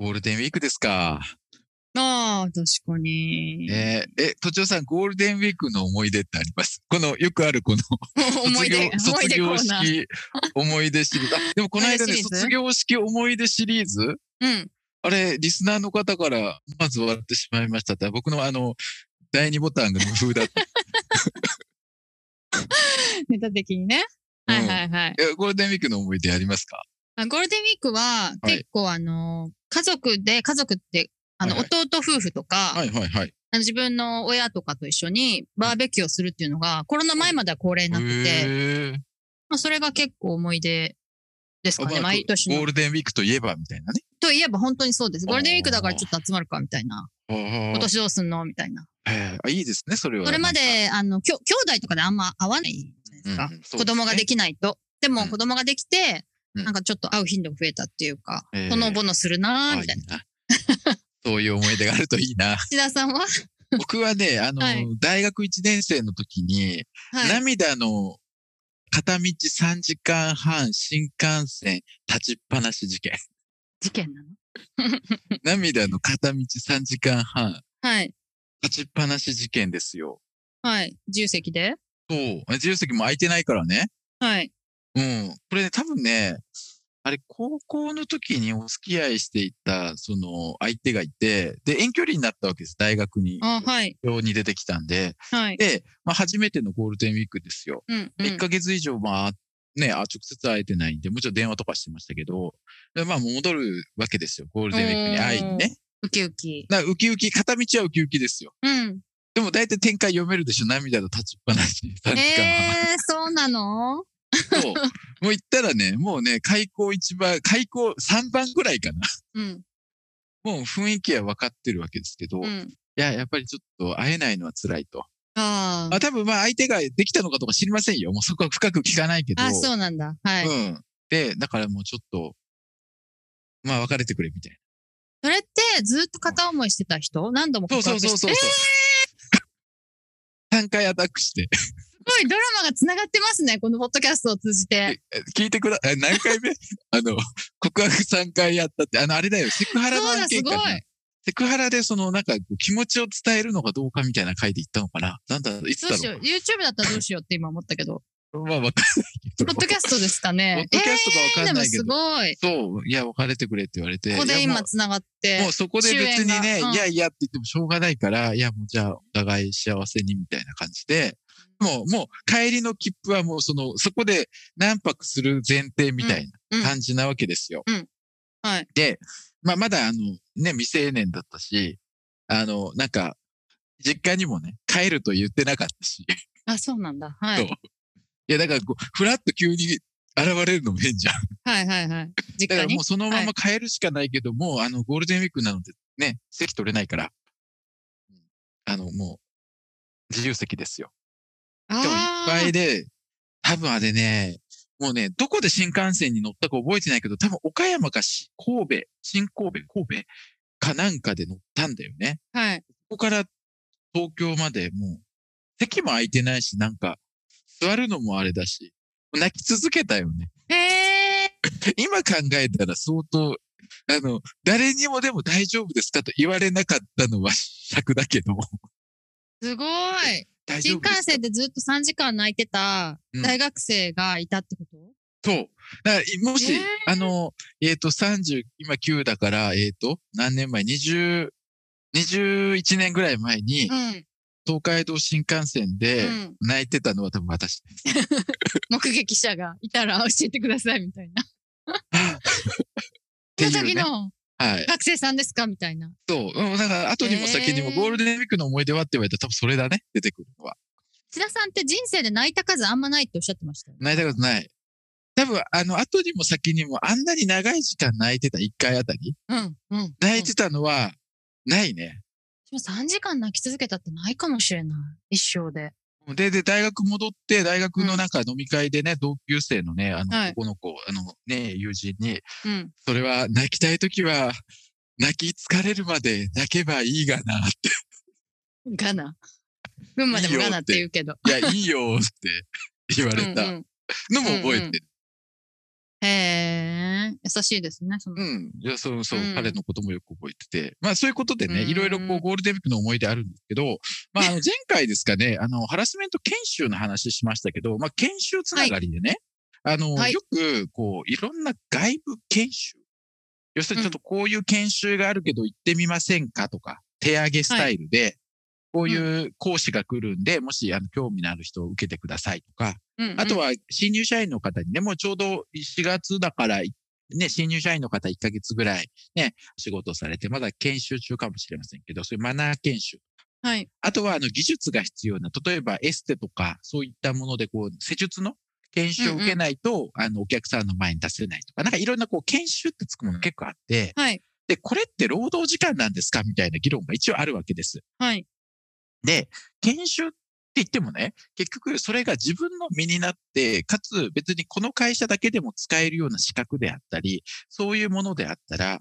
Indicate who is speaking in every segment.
Speaker 1: ゴールデンウィークですか。
Speaker 2: ああ、確かに。
Speaker 1: えー、え、都庁さん、ゴールデンウィークの思い出ってありますこの、よくあるこの
Speaker 2: 思
Speaker 1: 卒
Speaker 2: い
Speaker 1: 業
Speaker 2: 出、 思い
Speaker 1: 卒業
Speaker 2: 出コーナー。
Speaker 1: 式、思い出シリーズ。あでもこ の間
Speaker 2: 思い出
Speaker 1: ね、
Speaker 2: シリーズ
Speaker 1: 卒業式思い出シリーズ
Speaker 2: うん。
Speaker 1: あれ、リスナーの方から、まず笑ってしまいましたって、僕のあの、第二ボタンが無風だった。
Speaker 2: ネタ的にね。
Speaker 1: うん
Speaker 2: はいはいはい。
Speaker 1: えゴールデンウィークの思い出ありますか
Speaker 2: あゴールデンウィークは
Speaker 1: はい
Speaker 2: 結構あの、家族で、家族って、あの、
Speaker 1: はい
Speaker 2: 弟夫婦とか、
Speaker 1: はいはいはい。
Speaker 2: あの自分の親とかと一緒にバーベキューをするっていうのが、コロナ前までは恒例になってて、
Speaker 1: へー
Speaker 2: まあ、それが結構思い出ですか
Speaker 1: ま
Speaker 2: ね、
Speaker 1: あ
Speaker 2: 毎年
Speaker 1: ゴー
Speaker 2: の。
Speaker 1: ルデンウィークといえば、みたいなね。
Speaker 2: といえば本当にそうです。
Speaker 1: あー
Speaker 2: ゴールデンウィークだからちょっと集まるか、みたいな。今
Speaker 1: 今
Speaker 2: 年どうすんのみたいな。
Speaker 1: えーあいいですね、それは。
Speaker 2: それまで、あの、きょ兄弟とかであんま会わないじゃないで
Speaker 1: なん
Speaker 2: すか
Speaker 1: か、。うん
Speaker 2: 子供ができないと。で
Speaker 1: う
Speaker 2: も
Speaker 1: ん
Speaker 2: 子供ができて、
Speaker 1: うん
Speaker 2: なんかちょっと会う頻度が増えたっていうか、
Speaker 1: えー
Speaker 2: ほのぼのするな
Speaker 1: あ
Speaker 2: ーみたいな。
Speaker 1: な。 そういう思い出があるといい な。
Speaker 2: 岸田さんは、はい、
Speaker 1: 僕はね、あの、
Speaker 2: はい
Speaker 1: 大学1年生の時に、涙の片道3時間半新幹線立ちっぱなし事 件。
Speaker 2: 事件なの
Speaker 1: 涙の片道3時間半
Speaker 2: はい。
Speaker 1: 立ちっぱなし事件ですよ。
Speaker 2: はい。重責で
Speaker 1: そう。自由席も空いてないからね。
Speaker 2: はい。
Speaker 1: うん。これね、多分ね、あれ、高校の時にお付き合いしていた、その、相手がいて、で、遠距離になったわけです。大学に、
Speaker 2: あ、はい。
Speaker 1: 寮に出てきたんで。
Speaker 2: はい。
Speaker 1: で、まあ、初めてのゴールデンウィークですよ。
Speaker 2: うん、う
Speaker 1: 1
Speaker 2: ん。
Speaker 1: ヶ月以上、まあ、ね、あ直接会えてないんで、もちろん電話とかしてましたけど、でまあ、戻るわけですよ。ゴールデンウィークに会いにね。
Speaker 2: ウキウキ。
Speaker 1: だからウキウキ、片道はウキウキですよ。
Speaker 2: うん。
Speaker 1: でも、大体展開読めるでしょ。涙の立ちっぱなし。3時間半
Speaker 2: えー、そうなの
Speaker 1: そう。もう行ったらね、もうね、開口一番、開口3番ぐらいかな。
Speaker 2: うん。
Speaker 1: もう雰囲気は分かってるわけですけど、
Speaker 2: う
Speaker 1: い
Speaker 2: ん。
Speaker 1: や、やっぱりちょっと会えないのは辛いと。
Speaker 2: あ
Speaker 1: まあ多分まあ相手ができたのかとか知りませんよ。もうそこは深く聞かないけど。
Speaker 2: あ。あ、そうなんだ。はい。
Speaker 1: うん。で、だからもうちょっと、まあ別れてくれみたい
Speaker 2: それってずっと片思いしてた人何度も
Speaker 1: な。
Speaker 2: 告
Speaker 1: そ
Speaker 2: 白
Speaker 1: う
Speaker 2: して
Speaker 1: そうそうそう。
Speaker 2: えー
Speaker 1: 3回アタックして。
Speaker 2: すごいドラマが繋がってますね。このポッドキャストを通じて。
Speaker 1: え聞いてくだ、え何 回目あの、告白3回やったって、あの、あれだよ、セクハラの案件か
Speaker 2: そうだす
Speaker 1: な
Speaker 2: ごい。
Speaker 1: セクハラでその、なんかこう、気持ちを伝えるのかどうかみたいな回で言ったのかななんだ、いつ
Speaker 2: どう
Speaker 1: だ
Speaker 2: しよ
Speaker 1: ろ
Speaker 2: う。YouTube だったらどうしようって今思ったけど。
Speaker 1: うまあ、わかんないけ
Speaker 2: ポ
Speaker 1: ど。
Speaker 2: ッドキャストですか
Speaker 1: ポッ
Speaker 2: ね。
Speaker 1: ドキャストかわ
Speaker 2: え
Speaker 1: か
Speaker 2: ー
Speaker 1: ん
Speaker 2: でも
Speaker 1: ないけど。
Speaker 2: すごい。
Speaker 1: そう、いや、別れてくれって言われて。
Speaker 2: ここで
Speaker 1: いやも
Speaker 2: 今つながっ
Speaker 1: う
Speaker 2: て
Speaker 1: も。うそこで別に
Speaker 2: 終
Speaker 1: ね、
Speaker 2: 焉がうん
Speaker 1: いやいやって言ってもしょうがないから、いや、もうじゃあ、お互い幸せにみたいな感じで、もう、もう、帰りの切符はもう、その、そこで何泊する前提みたい
Speaker 2: うんう
Speaker 1: なん感じなわけですよ。
Speaker 2: うんはい
Speaker 1: で、まあ、まだ、あの、ね、未成年だったし、あの、なんか、実家にもね、帰ると言ってなかったし、
Speaker 2: あ、そうなんだ。は
Speaker 1: そう
Speaker 2: い。
Speaker 1: いや、だからこう、ふらっと急に現れるのも変じゃん。
Speaker 2: はいはいはい。
Speaker 1: だ
Speaker 2: 実
Speaker 1: か
Speaker 2: 家
Speaker 1: らも
Speaker 2: に
Speaker 1: う。そのまま変えるしかないけど、もうあのゴールデンウィークなのでね、席取れないから、あのもう自由席ですよ。
Speaker 2: あ
Speaker 1: でもいっぱ
Speaker 2: ー
Speaker 1: いで、多分あれね、もうね、どこで新幹線に乗ったか覚えてないけど、多分岡山かし神戸、新神戸、神戸かなんかで乗ったんだよね。
Speaker 2: はい。
Speaker 1: ここから東京までもう席も空いてないし、なんか座るのもあれだし、泣き続けたよね。
Speaker 2: へー
Speaker 1: 今考えたら相当、あの、誰にもでも大丈夫ですかと言われなかったのは尺だけど、
Speaker 2: すごい。
Speaker 1: 大丈
Speaker 2: 新
Speaker 1: 夫ですか
Speaker 2: 幹線でずっと3時間泣いてた
Speaker 1: うん
Speaker 2: 大学生がいたってこと
Speaker 1: そう。だから、いもし、
Speaker 2: えー
Speaker 1: あの、えっ、と、30、今9だから、えっ、と、何年前 ?20、21年ぐらい前に
Speaker 2: う、ん。
Speaker 1: 東海道新幹線で
Speaker 2: うん
Speaker 1: 泣いてたのは多分私です。
Speaker 2: 目撃者がいたら 教えてくださいみたいな。
Speaker 1: ていうね
Speaker 2: その時の
Speaker 1: はい。
Speaker 2: 学生さんですかみたいな。
Speaker 1: そう。うん、だから、後にも先にも
Speaker 2: えー
Speaker 1: ゴールデンウィークの思い出はって言われたら多分それだね。出てくるのは。
Speaker 2: 津田さんって人生で泣いた数あんまないっておっしゃってましたよね。
Speaker 1: 泣いたことない。多分、あの、後にも先にも、あんなに長い時間泣いてた、一回あたり。
Speaker 2: うん、うん。
Speaker 1: 泣いてたのは、ないね。
Speaker 2: うんでも3時間泣き続けたってないかもしれない。一生で。
Speaker 1: で、で、大学戻って、大学のなんか飲み会でね、同級生のね、あ
Speaker 2: はい
Speaker 1: の、この子、あの、ね、友人に、
Speaker 2: うん。
Speaker 1: それは泣きたいときは、泣き疲れるまで泣けばいいがな。
Speaker 2: ガナ。群馬でもガナって言うけど。
Speaker 1: いや、いいよって言われた
Speaker 2: うん
Speaker 1: の
Speaker 2: うん
Speaker 1: も覚えてる。
Speaker 2: へえ、優しいですね。その
Speaker 1: うん。じゃあ、そうそう
Speaker 2: う、ん
Speaker 1: 彼のこともよく覚えてて。まあ、そういうことでね、
Speaker 2: うん
Speaker 1: いろいろこう、ゴールデンウィークの思い出あるんですけど、まあ、あの、前回ですかね、あの、ハラスメント研修の話しましたけど、まあ、研修つながりでね、あの、
Speaker 2: はい
Speaker 1: よく、こう、いろんな外部研修。要するに、ちょっとこういう研修があるけど行ってみませんかとか、手上げスタイルで、こういう講師が来るんで、もし、あの、興味のある人を受けてくださいとか、
Speaker 2: うんうん
Speaker 1: あとは新入社員の方にね、もうちょうど4月だから、ね、新入社員の方1ヶ月ぐらいね、仕事をされて、まだ研修中かもしれませんけど、そういうマナー研修。
Speaker 2: はい。
Speaker 1: あとは、あの、技術が必要な、例えばエステとか、そういったもので、こう、施術の研修を受けないと、あの、お客さんの前に出せないとか、なんかいろんな、こう、研修ってつくもの結構あって、
Speaker 2: はい。
Speaker 1: で、これって労働時間なんですかみたいな議論が一応あるわけです。
Speaker 2: はい。
Speaker 1: で、研修って言ってもね、結局それが自分の身になって、かつ別にこの会社だけでも使えるような資格であったり、そういうものであったら、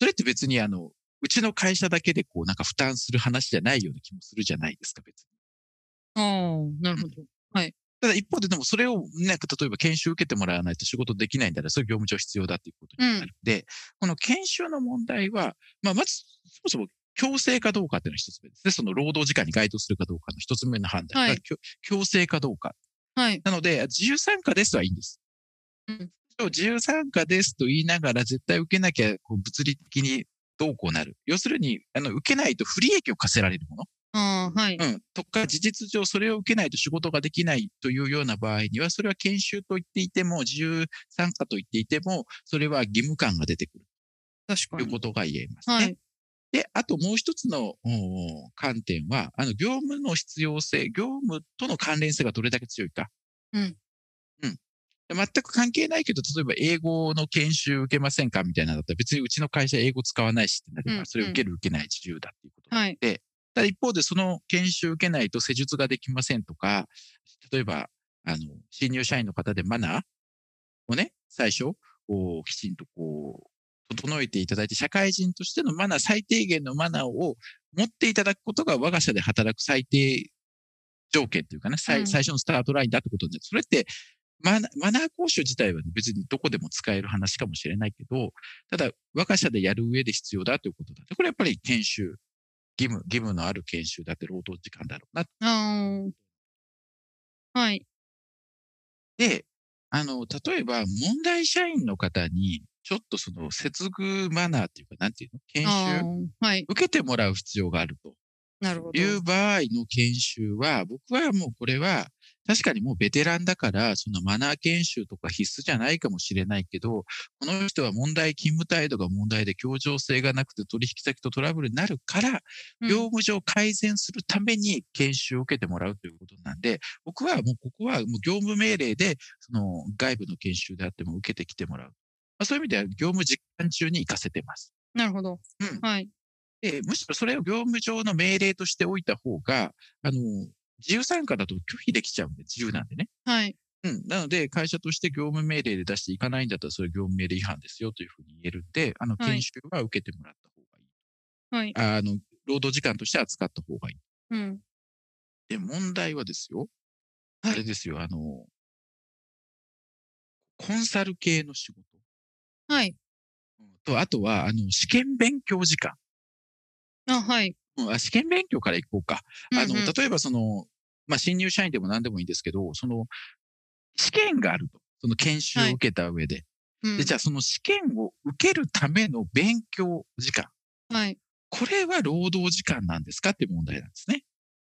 Speaker 1: それって別にあの、うちの会社だけでこうなんか負担する話じゃないような気もするじゃないですか、別に。
Speaker 2: ああ、なるほど。
Speaker 1: ただ一方ででもそれをなんか例えば研修受けてもらわないと仕事できないんだら、そういう業務上必要だっていうことになるので、この研修の問題は、まあまずそもそも強制かどうかっていうのが一つ目ですね。その労働時間に該当するかどうかの一つ目の判断が、
Speaker 2: はい
Speaker 1: きょ強制かどうか。
Speaker 2: はい。
Speaker 1: なので、自由参加ですはいいんです。
Speaker 2: うん
Speaker 1: そう自由参加ですと言いながら絶対受けなきゃこう物理的にどうこうなる。要するに、あの、受けないと不利益を課せられるもの。
Speaker 2: ああ、はい。
Speaker 1: うん、とか、事実上それを受けないと仕事ができないというような場合には、それは研修と言っていても、自由参加と言っていても、それは義務感が出てくる
Speaker 2: 確か
Speaker 1: という
Speaker 2: に。
Speaker 1: ことが言えますね。
Speaker 2: はい。
Speaker 1: で、あともう一つのおー観点は、あの、業務の必要性、業務との関連性がどれだけ強いか。
Speaker 2: うん。
Speaker 1: うん。全く関係ないけど、例えば英語の研修受けませんかみたいなのだったら、別にうちの会社英語使わないしってなれ
Speaker 2: う
Speaker 1: ば、
Speaker 2: ん
Speaker 1: それ受ける受けない自由だっていうこと。
Speaker 2: はい。
Speaker 1: ただ一方でその研修受けないと施術ができませんとか、例えば、あの、新入社員の方でマナーをね、最初、こうきちんとこう、整えていただいて、社会人としてのマナー、最低限のマナーを持っていただくことが我が社で働く最低条件というかね、最,、
Speaker 2: うん
Speaker 1: 最初のスタートラインだってことになる。それってマナー、マナー講習自体はね別にどこでも使える話かもしれないけど、ただ、我が社でやる上で必要だということだって、これやっぱり研修、義務、義務のある研修だって労働時間だろうな。
Speaker 2: ああ。はい。
Speaker 1: で、あの、例えば、問題社員の方に、ちょっとその、接遇マナーっていうか、なんていうの研
Speaker 2: あ
Speaker 1: 修、
Speaker 2: あ。はい。
Speaker 1: 受けてもらう必要があると
Speaker 2: なるほど。
Speaker 1: いう場合の研修は、僕はもうこれは、確かにもうベテランだから、そのマナー研修とか必須じゃないかもしれないけど、この人は問題、勤務態度が問題で協調性がなくて取引先とトラブルになるから、
Speaker 2: うん
Speaker 1: 業務上改善するために研修を受けてもらうということなんで、僕はもうここはもう業務命令で、その外部の研修であっても受けてきてもらう。まあ、そういう意味では業務実感中に活かせてます。
Speaker 2: なるほど
Speaker 1: うん。
Speaker 2: はい。
Speaker 1: で、むしろそれを業務上の命令としておいた方が、あの、自由参加だと拒否できちゃうんで、自由なんでね。
Speaker 2: はい。
Speaker 1: うん。なので、会社として業務命令で出していかないんだったら、それ業務命令違反ですよというふうに言えるんで、あの、
Speaker 2: はい
Speaker 1: 研修は受けてもらった方がいい。
Speaker 2: はい。
Speaker 1: あの、労働時間として扱った方がいい。
Speaker 2: うん。
Speaker 1: で、問題はですよ。
Speaker 2: はい
Speaker 1: あれですよ、あの、コンサル系の仕事
Speaker 2: はい。
Speaker 1: うんと、あとは、あの、試験勉強時間。
Speaker 2: あ、はい。
Speaker 1: うんあ試験勉強から行こうか。あの、
Speaker 2: うんうん
Speaker 1: 例えばその、まあ、新入社員でも何でもいいんですけど、その、試験があると。その研修を
Speaker 2: はい
Speaker 1: 受けた上で。
Speaker 2: うん
Speaker 1: で、じゃあその試験を受けるための勉強時間。
Speaker 2: はい。
Speaker 1: これは労働時間なんですかって問題なんですね。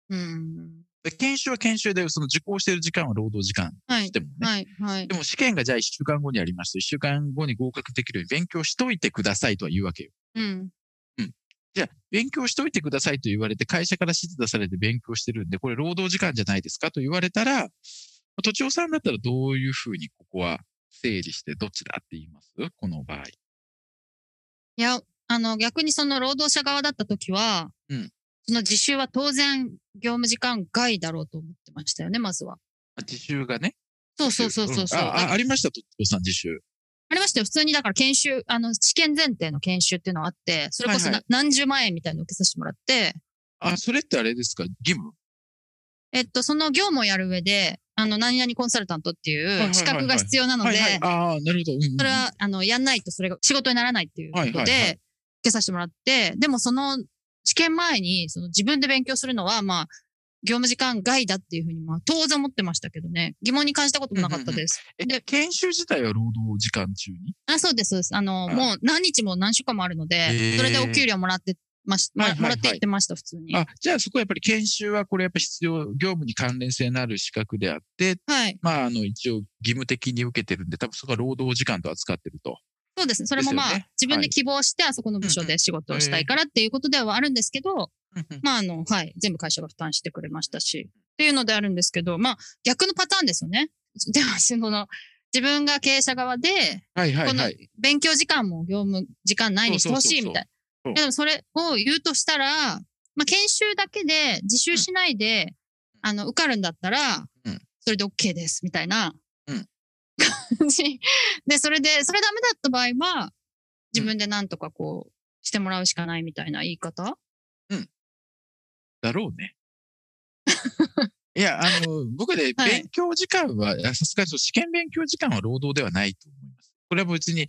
Speaker 2: うん。
Speaker 1: で研修は研修で、その受講している時間は労働時間
Speaker 2: は
Speaker 1: とし
Speaker 2: い。
Speaker 1: てもね。
Speaker 2: はい。はい
Speaker 1: で。も試験がじゃあ1週間後にありますと、1週間後に合格できるように勉強しといてくださいとは言うわけよ。
Speaker 2: うん。
Speaker 1: じゃあ、勉強しといてくださいと言われて、会社から指示出されて勉強してるんで、これ労働時間じゃないですかと言われたら、土地さんだったらどういうふうにここは整理してどっちだって言いますこの場合。
Speaker 2: いや、あの、逆にその労働者側だった時は、
Speaker 1: うん
Speaker 2: その自習は当然業務時間外だろうと思ってましたよね、まずは。
Speaker 1: あ自習がね。
Speaker 2: そうそうそうそうそう。
Speaker 1: んああ、
Speaker 2: あ
Speaker 1: ありました、とっこさん、自習。
Speaker 2: ありましたよ。普通にだから研修、あの、試験前提の研修っていうのがあって、それこそな、
Speaker 1: はいは
Speaker 2: 何十万円みたいなの受けさせてもらって、
Speaker 1: あ、それってあれですか義務
Speaker 2: えっと、その業務をやる上で、あの、何々コンサルタントって
Speaker 1: はいはいはい
Speaker 2: い
Speaker 1: は
Speaker 2: う
Speaker 1: い
Speaker 2: 資格が必要なの
Speaker 1: はい
Speaker 2: で、
Speaker 1: はい。ああ、なるほど。うんうん
Speaker 2: それは、あの、やんないとそれが仕事にならないっていうことで、
Speaker 1: はいはいはい
Speaker 2: 受けさせてもらって、でもその試験前に、その自分で勉強するのは、まあ、業務時間外だっていうふうに、まあ、当然思ってましたけどね、疑問に感じたこともなかったです。
Speaker 1: え研修自体は労働時間中に
Speaker 2: あ、そうです、そうです。あの、
Speaker 1: あ
Speaker 2: もう何日も何週間もあるの
Speaker 1: へ
Speaker 2: で、
Speaker 1: ー
Speaker 2: それでお給料もらってまし、ま
Speaker 1: はいはいはい
Speaker 2: もらっていってました、普通に。は
Speaker 1: あ、じゃあそこはやっぱり研修はこれやっぱ必要、業務に関連性のある資格であって、
Speaker 2: い。
Speaker 1: まあ、あの、一応義務的に受けてるんで、多分そこは労働時間と扱ってると。
Speaker 2: そうですね。それ
Speaker 1: で
Speaker 2: も
Speaker 1: すよ
Speaker 2: ま
Speaker 1: ね
Speaker 2: あ、自分で希望して、あそこの部署で仕事をしたいからっていうことではあるんですけど、まあ、あの、はい、全部会社が負担してくれましたし、っていうのであるんですけど、まあ、逆のパターンですよね。では、その、自分が経営者側で、
Speaker 1: はいはい
Speaker 2: この
Speaker 1: はい。
Speaker 2: 勉強時間も業務時間内にしてほしいみたい
Speaker 1: そうそうそうそう
Speaker 2: な。でも、それを言うとしたら、まあ、研修だけで、自習しないで、あの、受かるんだったら
Speaker 1: うん、
Speaker 2: それで OK です、みたいな
Speaker 1: うん
Speaker 2: 感じ。で、それで、それダメだった場合は、自分でなんとかこう、してもらうしかないみたいな言い方
Speaker 1: だろう ね。いや、あの、僕で
Speaker 2: はい
Speaker 1: 勉強時間は、いやさすがにその試験勉強時間は労働ではないと思います。これは別に、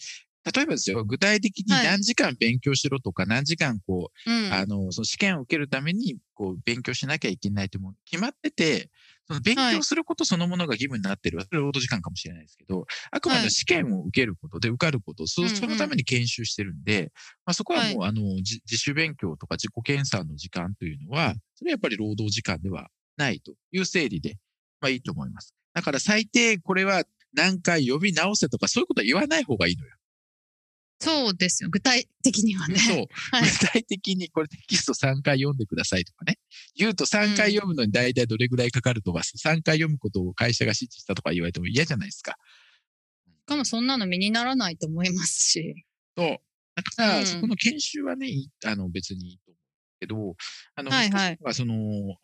Speaker 1: 例えばですよ、具体的に
Speaker 2: はい
Speaker 1: 何時間勉強しろとか、何時間こ
Speaker 2: う
Speaker 1: う、
Speaker 2: ん。
Speaker 1: あの、その試験を受けるために、こう、勉強しなきゃいけないと思う。決まってて、その勉強することそのものが義務になってる。それは労働時間かもしれないですけど、あくま
Speaker 2: は
Speaker 1: で
Speaker 2: い
Speaker 1: 試験を受けることで受かること、そ
Speaker 2: うんうん
Speaker 1: そのために研修してるんで、まあ、そこはもう、あの、じ自主勉強とか自己検査の時間というのは、それはやっぱり労働時間ではないという整理で、まあいいと思います。だから最低これは何回呼び直せとかそういうことは言わない方がいいのよ。
Speaker 2: そうですよ。具体的にはね。
Speaker 1: そう。
Speaker 2: はい
Speaker 1: 具体的にこれテキスト3回読んでくださいとかね。言うと3回読むのに大体どれぐらいかかるとか、3回読むことを会社が指示したとか言われても嫌じゃないですか。
Speaker 2: しかもそんなの身にならないと思いますし。
Speaker 1: そう。だから、
Speaker 2: うん
Speaker 1: そこの研修はね、いいあの別にいいと思うけど、あの、
Speaker 2: はいはい
Speaker 1: 僕はその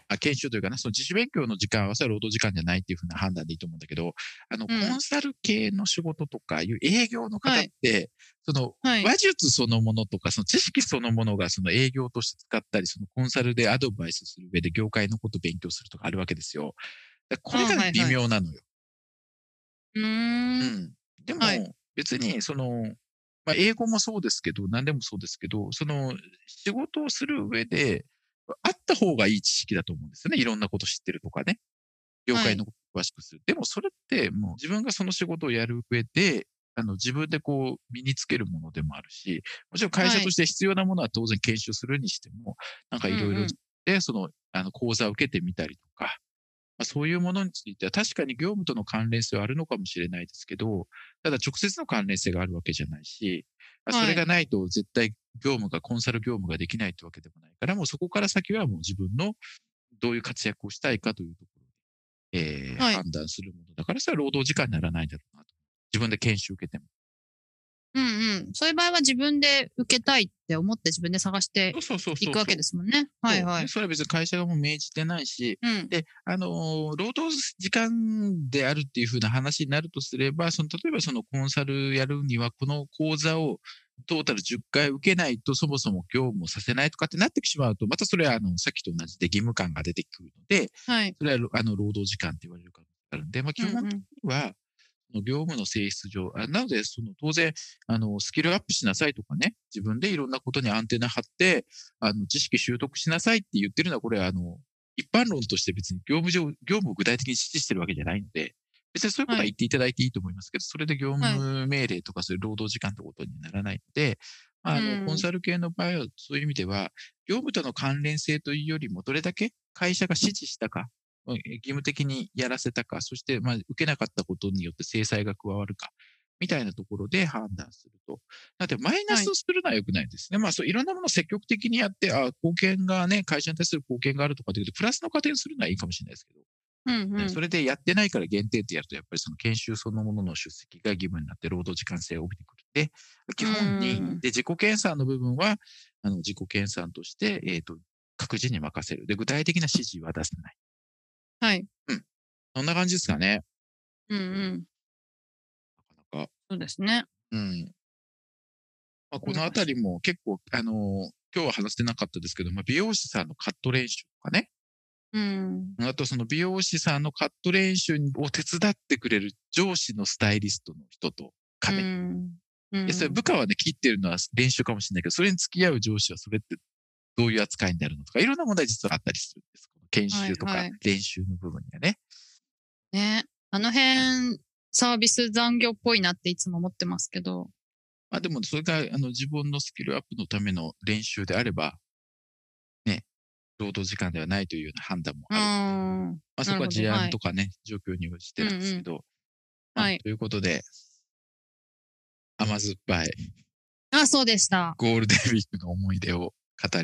Speaker 1: あ、研修というかね、その自主勉強の時間はそれは労働時間じゃないっていうふうな判断でいいと思うんだけど、あの、
Speaker 2: うん
Speaker 1: コンサル系の仕事とかいう営業の方
Speaker 2: は
Speaker 1: っ
Speaker 2: い
Speaker 1: て、その、
Speaker 2: はい。
Speaker 1: 話術そのものとか、その知識そのものがその営業として使ったり、そのコンサルでアドバイスする上で業界のこと勉強するとかあるわけですよ。だからこれ
Speaker 2: あは
Speaker 1: が
Speaker 2: い
Speaker 1: 微
Speaker 2: はい
Speaker 1: 妙なのよ。
Speaker 2: うーん。
Speaker 1: うんでも、
Speaker 2: はい
Speaker 1: 別に、その、まあ、英語もそうですけど、何でもそうですけど、その、仕事をする上で、あった方がいい知識だと思うんですよね。いろんなこと知ってるとかね。業界のことを詳しくする。でも、それって、もう自分がその仕事をやる上で、あの、自分でこう、身につけるものでもあるし、もちろん会社として必要なものは当然研修するにしても、なんかいろい
Speaker 2: うんう
Speaker 1: ろ
Speaker 2: ん
Speaker 1: で、その、あの、講座を受けてみたりとか、まあ、そういうものについては確かに業務との関連性はあるのかもしれないですけど、ただ直接の関連性があるわけじゃないし、まあ
Speaker 2: はい
Speaker 1: それがないと絶対業務が、コンサル業務ができないってわけでもないから、もうそこから先はもう自分のどういう活躍をしたいかというところで、えー
Speaker 2: はい
Speaker 1: 判断するものだから、それは労働時間にならないんだろうなと。自分で研修受けても。
Speaker 2: うんうん。そういう場合は自分で受けたいって思って自分で探して
Speaker 1: そうそうそう。
Speaker 2: いくわけですすもんね。はいはい
Speaker 1: そう。それは別に会社がもう明示てないし、
Speaker 2: うん。
Speaker 1: で、あのー労働時間であるっていう風な話になるとすれば、その、例えばそのコンサルやるには、この講座をトータル10回受けないと、そもそも業務をさせないとかってなってしまうと、またそれは、あの、さっきと同じで義務感が出てくるので、
Speaker 2: はい。
Speaker 1: それは、あの、労働時間って言われるからあるんで、まあ、基
Speaker 2: うんう
Speaker 1: 本
Speaker 2: ん
Speaker 1: は、その業務の性質上、あなので、その当然、あの、スキルアップしなさいとかね、自分でいろんなことにアンテナ張って、あの、知識習得しなさいって言ってるのは、これは、あの、一般論として別に業務上、業務を具体的に指示してるわけじゃないので、別にそういうことは
Speaker 2: はい
Speaker 1: 言っていただいていいと思いますけど、それで業務命令とかそういう労働時間ってことにならないので、まあ、あ
Speaker 2: うん
Speaker 1: の、コンサル系の場合は、そういう意味では、業務との関連性というよりも、どれだけ会社が指示したか、うん義務的にやらせたか、そして、まあ、受けなかったことによって制裁が加わるか、みたいなところで判断すると。なので、マイナスをするのは良くないですね。まあ、そういろんなものを積極的にやって、あ貢献がね、会社に対する貢献があるとかだけど、プラスの加点するのはいいかもしれないですけど、
Speaker 2: うんうん。
Speaker 1: それでやってないから限定ってやると、やっぱりその研修そのものの出席が義務になって、労働時間制を帯びてくるんで、基本
Speaker 2: うん
Speaker 1: に、で、自己研鑽の部分は、あの、自己研鑽として、えっ、と、各自に任せる。で、具体的な指示は出せない。
Speaker 2: はい。
Speaker 1: そんな感じですかね。
Speaker 2: うんうん。
Speaker 1: なかなか。
Speaker 2: そうですね。
Speaker 1: うん。まあ、このあたりも結構、あのー今日は話してなかったですけど、まあ、美容師さんのカット練習とかね。
Speaker 2: うん。
Speaker 1: あとその美容師さんのカット練習を手伝ってくれる上司のスタイリストの人と壁。
Speaker 2: うんうん
Speaker 1: でそれ部下はね、切ってるのは練習かもしれないけど、それに付き合う上司はそれってどういう扱いになるのとか、いろんな問題実はあったりするんです。この研修と
Speaker 2: は
Speaker 1: か
Speaker 2: いはい
Speaker 1: 練習の部分にはね。
Speaker 2: ね。あの辺、サービス残業っぽいなっていつも思ってますけど。
Speaker 1: まあでもそれがあの自分のスキルアップのための練習であれば、ね、労働時間ではないというような判断も
Speaker 2: う
Speaker 1: ある。
Speaker 2: ん。は
Speaker 1: まあ、そこは
Speaker 2: なるほど
Speaker 1: 事
Speaker 2: は
Speaker 1: 案
Speaker 2: い
Speaker 1: とかね、状況に応じてなんですけど。まあ
Speaker 2: い。
Speaker 1: ということで、甘酸っぱい
Speaker 2: あ、そうでした。
Speaker 1: ゴールデンウィークの思い出を語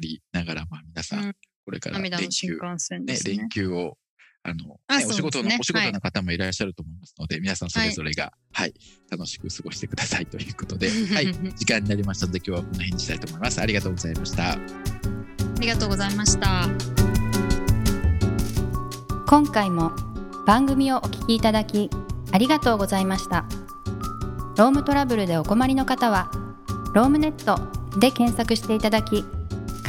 Speaker 1: りながら、まあ皆さん、
Speaker 2: うん
Speaker 1: これから連
Speaker 2: 涙の新
Speaker 1: 休、
Speaker 2: 幹線で
Speaker 1: ね
Speaker 2: すね。
Speaker 1: 連休を、あの、
Speaker 2: あ
Speaker 1: ねお
Speaker 2: そうです
Speaker 1: 仕事の、
Speaker 2: ね
Speaker 1: お仕事の方もいらっしゃると思いますので、皆さんそれぞれが、はい、楽しく過ごしてくださいという ことで、はい、時間になりましたので、今日はこの辺にしたいと思います。ありがとうございました。
Speaker 2: ありがとうございました。
Speaker 3: 今回も番組をお聞きいただきありがとうございましたロームトラブルでお困りの方はロームネットで検索していただき